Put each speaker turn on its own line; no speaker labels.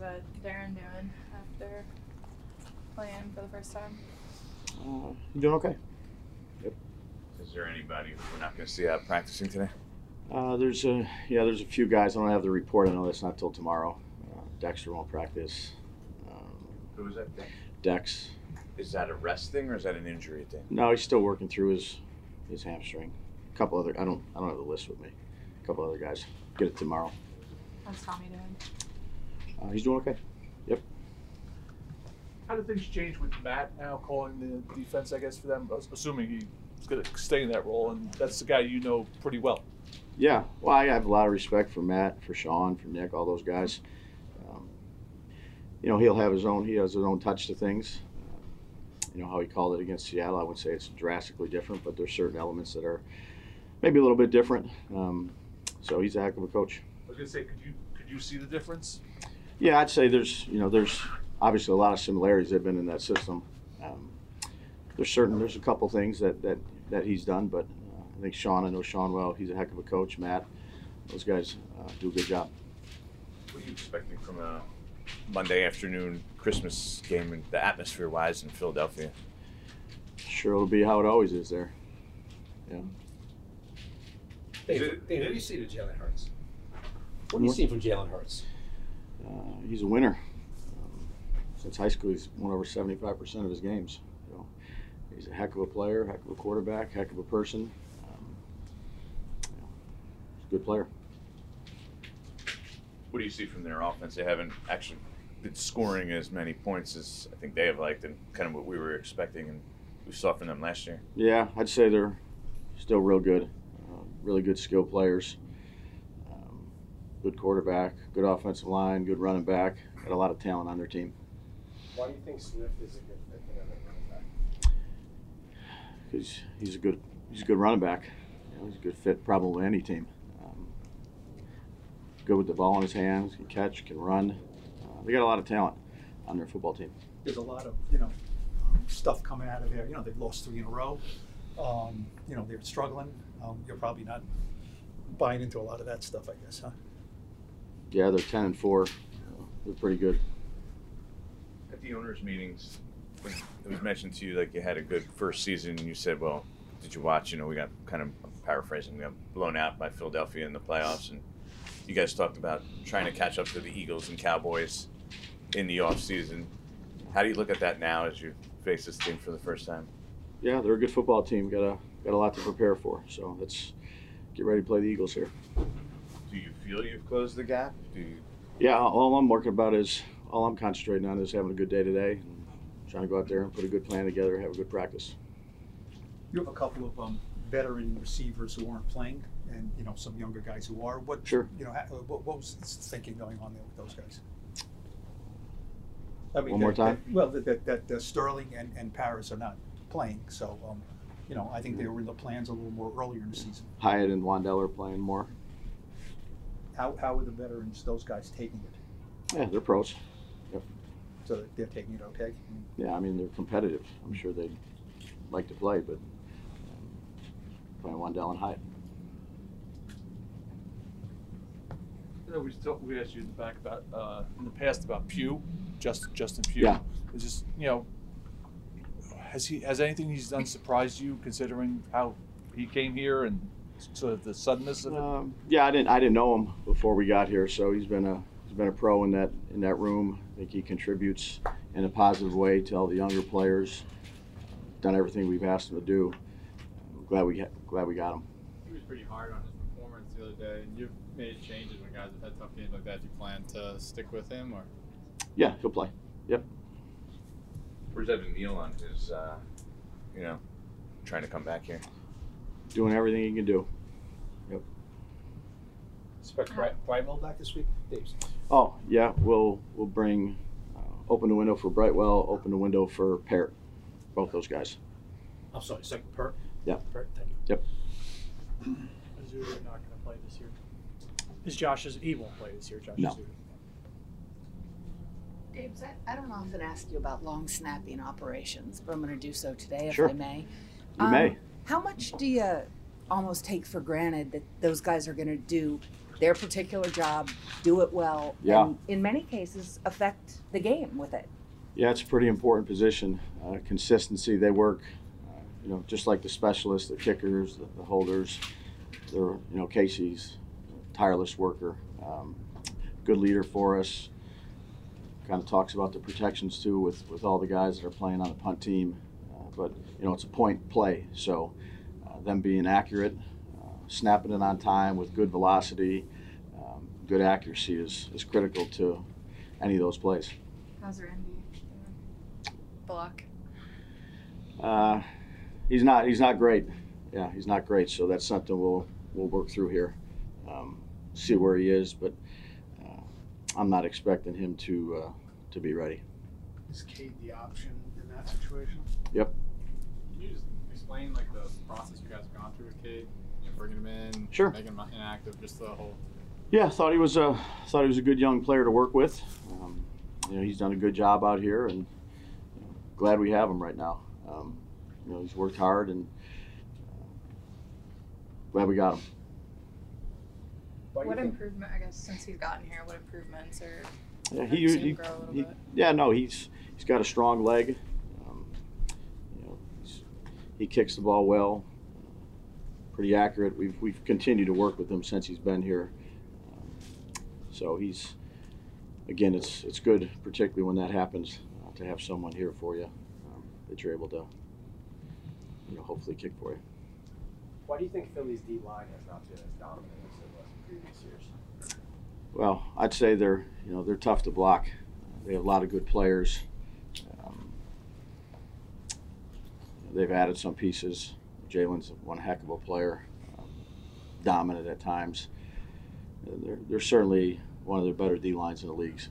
that Darren doing after playing for the first time?
Uh, doing okay.
Is there anybody who we're not going to see out practicing today?
Uh, there's a yeah, there's a few guys. I don't have the report. I know that's not till tomorrow. Uh, Dexter won't practice. Um,
Who is that? thing?
Dex,
Is that a rest thing or is that an injury thing?
no, he's still working through his his hamstring. A couple other, I don't I don't have the list with me. A couple other guys get it tomorrow.
How's Tommy doing?
Uh, he's doing okay.
How do things change with Matt now calling the defense, I guess, for them? I was Assuming he's going to stay in that role, and that's the guy you know pretty well.
Yeah, well, I have a lot of respect for Matt, for Sean, for Nick, all those guys. Um, you know, he'll have his own. He has his own touch to things. You know how he called it against Seattle. I would say it's drastically different, but there's certain elements that are maybe a little bit different. Um, so he's a heck of a coach.
I was going to say, could you could you see the difference?
Yeah, I'd say there's you know there's obviously a lot of similarities. They've been in that system. Um, there's certain there's a couple things that that that he's done, but uh, I think Sean. I know Sean well. He's a heck of a coach. Matt, those guys uh, do a good job.
What are you expecting from a Monday afternoon Christmas game and the atmosphere wise in Philadelphia?
Sure, it'll be how it always is there. Yeah.
Dave,
Is it-
Dave, what do you see to Jalen Hurts? What do you see from Jalen Hurts?
Uh, he's a winner. Um, since high school, he's won over 75% of his games. So he's a heck of a player, heck of a quarterback, heck of a person. Um, you know, he's a good player.
What do you see from their offense? They haven't actually been scoring as many points as I think they have liked and kind of what we were expecting and we saw from them last year.
Yeah, I'd say they're still real good. Uh, really good skill players. Um, good quarterback, good offensive line, good running back. Got a lot of talent on their team.
Why do you think Swift is a good pick and another running back?
because he's a good he's a good running back. You know, he's a good fit probably any team. Um, good with the ball in his hands, can catch, can run. Uh, they got a lot of talent on their football team.
there's a lot of, you know, um, stuff coming out of there. You know, they've lost three in a row. Um, you know, they're struggling. Um, you're probably not buying into a lot of that stuff, I guess, huh?
Yeah, they're ten and four. Uh, They're pretty good.
At the owners' meetings, when it was mentioned to you like you had a good first season. and You said, "Well, did you watch? You know, we got kind of I'm paraphrasing, we got blown out by Philadelphia in the playoffs." And you guys talked about trying to catch up to the Eagles and Cowboys in the off season. How do you look at that now as you face this team for the first time?
Yeah, they're a good football team. Got a got a lot to prepare for. So let's get ready to play the Eagles here.
Do you feel you've closed the gap? Do you,
Yeah, all I'm working about is all I'm concentrating on is having a good day today and trying to go out there and put a good plan together, have a good practice.
You have a couple of um, veteran receivers who aren't playing and, you know, some younger guys who are. What,
Sure.
you know, ha- uh, what, what was his thinking going on there with those guys? I mean,
One more
that-
time?
that- Well, that, that, that uh, Sterling and, and Paris are not playing, so, um, you know, I think
Hmm.
they were in the plans a little more earlier in the season.
Hyatt and Wandell are playing more.
How, how are the veterans, those guys taking it?
Yeah, they're pros.
So that they're taking it okay? I mean,
Yeah, I mean, they're competitive. I'm sure they'd like to play, but um, playing Wandell and Hyde.
You know, we talked, we asked you in the back about uh, in the past about Pew, Justin Justin Pew.
Yeah.
Is just you know, has he has anything he's done surprised you considering how he came here and sort of the suddenness of it?
Um, yeah, I didn't, I didn't know him before we got here, so he's been a, he's been a pro in that, in that room. I think he contributes in a positive way to all the younger players. Done everything we've asked him to do. I'm glad we, ha- glad we got him.
He was pretty hard on his performance the other day, and you've made changes when guys have had tough games like that. Do you plan to stick with him, or
Yeah, he'll play.
where's Evan Neal on his, uh, you know, trying to come back here?
Doing everything he can do.
Expect Bri- Brian Mill back this week, Dave's.
Oh, yeah, we'll, we'll bring, uh, open the window for Brightwell, open the window for Parrott, both those guys.
I'm sorry, second per.
Yeah.
Per, thank you.
Azura not going to play this year. Is Josh Az- he won't play this year? Josh
No.
Azura.
James, I, I don't often ask you about long snapping operations, but I'm going to do so today if
Sure.
I may.
You may.
How much do you almost take for granted that those guys are going to do their particular job, do it well,
Yeah.
and in many cases, affect the game with it.
Yeah, it's a pretty important position. Uh, consistency, they work, uh, you know, just like the specialists, the kickers, the, the holders. They're, you know, Casey's a tireless worker, um, good leader for us. Kind of talks about the protections too with, with all the guys that are playing on the punt team. Uh, but, you know, it's a point play. So uh, them being accurate, uh, snapping it on time with good velocity, um, good accuracy is, is critical to any of those plays.
How's Randy? doing? Block.
Uh, he's not. He's not great. Yeah, he's not great. So that's something we'll we'll work through here. Um, see where he is, but uh, I'm not expecting him to uh, to be ready.
Is Kate the option in that situation?
Yep.
Can you just explain like the process you guys have gone through with Kate? You know, bringing him in,
Sure.
making him inactive, just the whole
Yeah, thought he was a thought he was a good young player to work with. Um, you know, he's done a good job out here, and you know, glad we have him right now. Um, you know, he's worked hard, and uh, glad we got him.
What, improvement, I guess, since he's gotten here, what improvements are
Yeah,
have
he,
you seen
he,
him grow a little
he-
bit?
yeah, no, he's he's got a strong leg. Um, you know, he's, he kicks the ball well, pretty accurate. We've we've continued to work with him since he's been here, um, so he's again, it's it's good, particularly when that happens, uh, to have someone here for you um, that you're able to, you know, hopefully kick for you.
Why do you think Philly's D line has not been as dominant as it was in previous years?
Well, I'd say they're you know they're tough to block. They have a lot of good players. Um, they've added some pieces. Jalen's one heck of a player, um, dominant at times. And They're, they're certainly one of the better D lines in the leagues.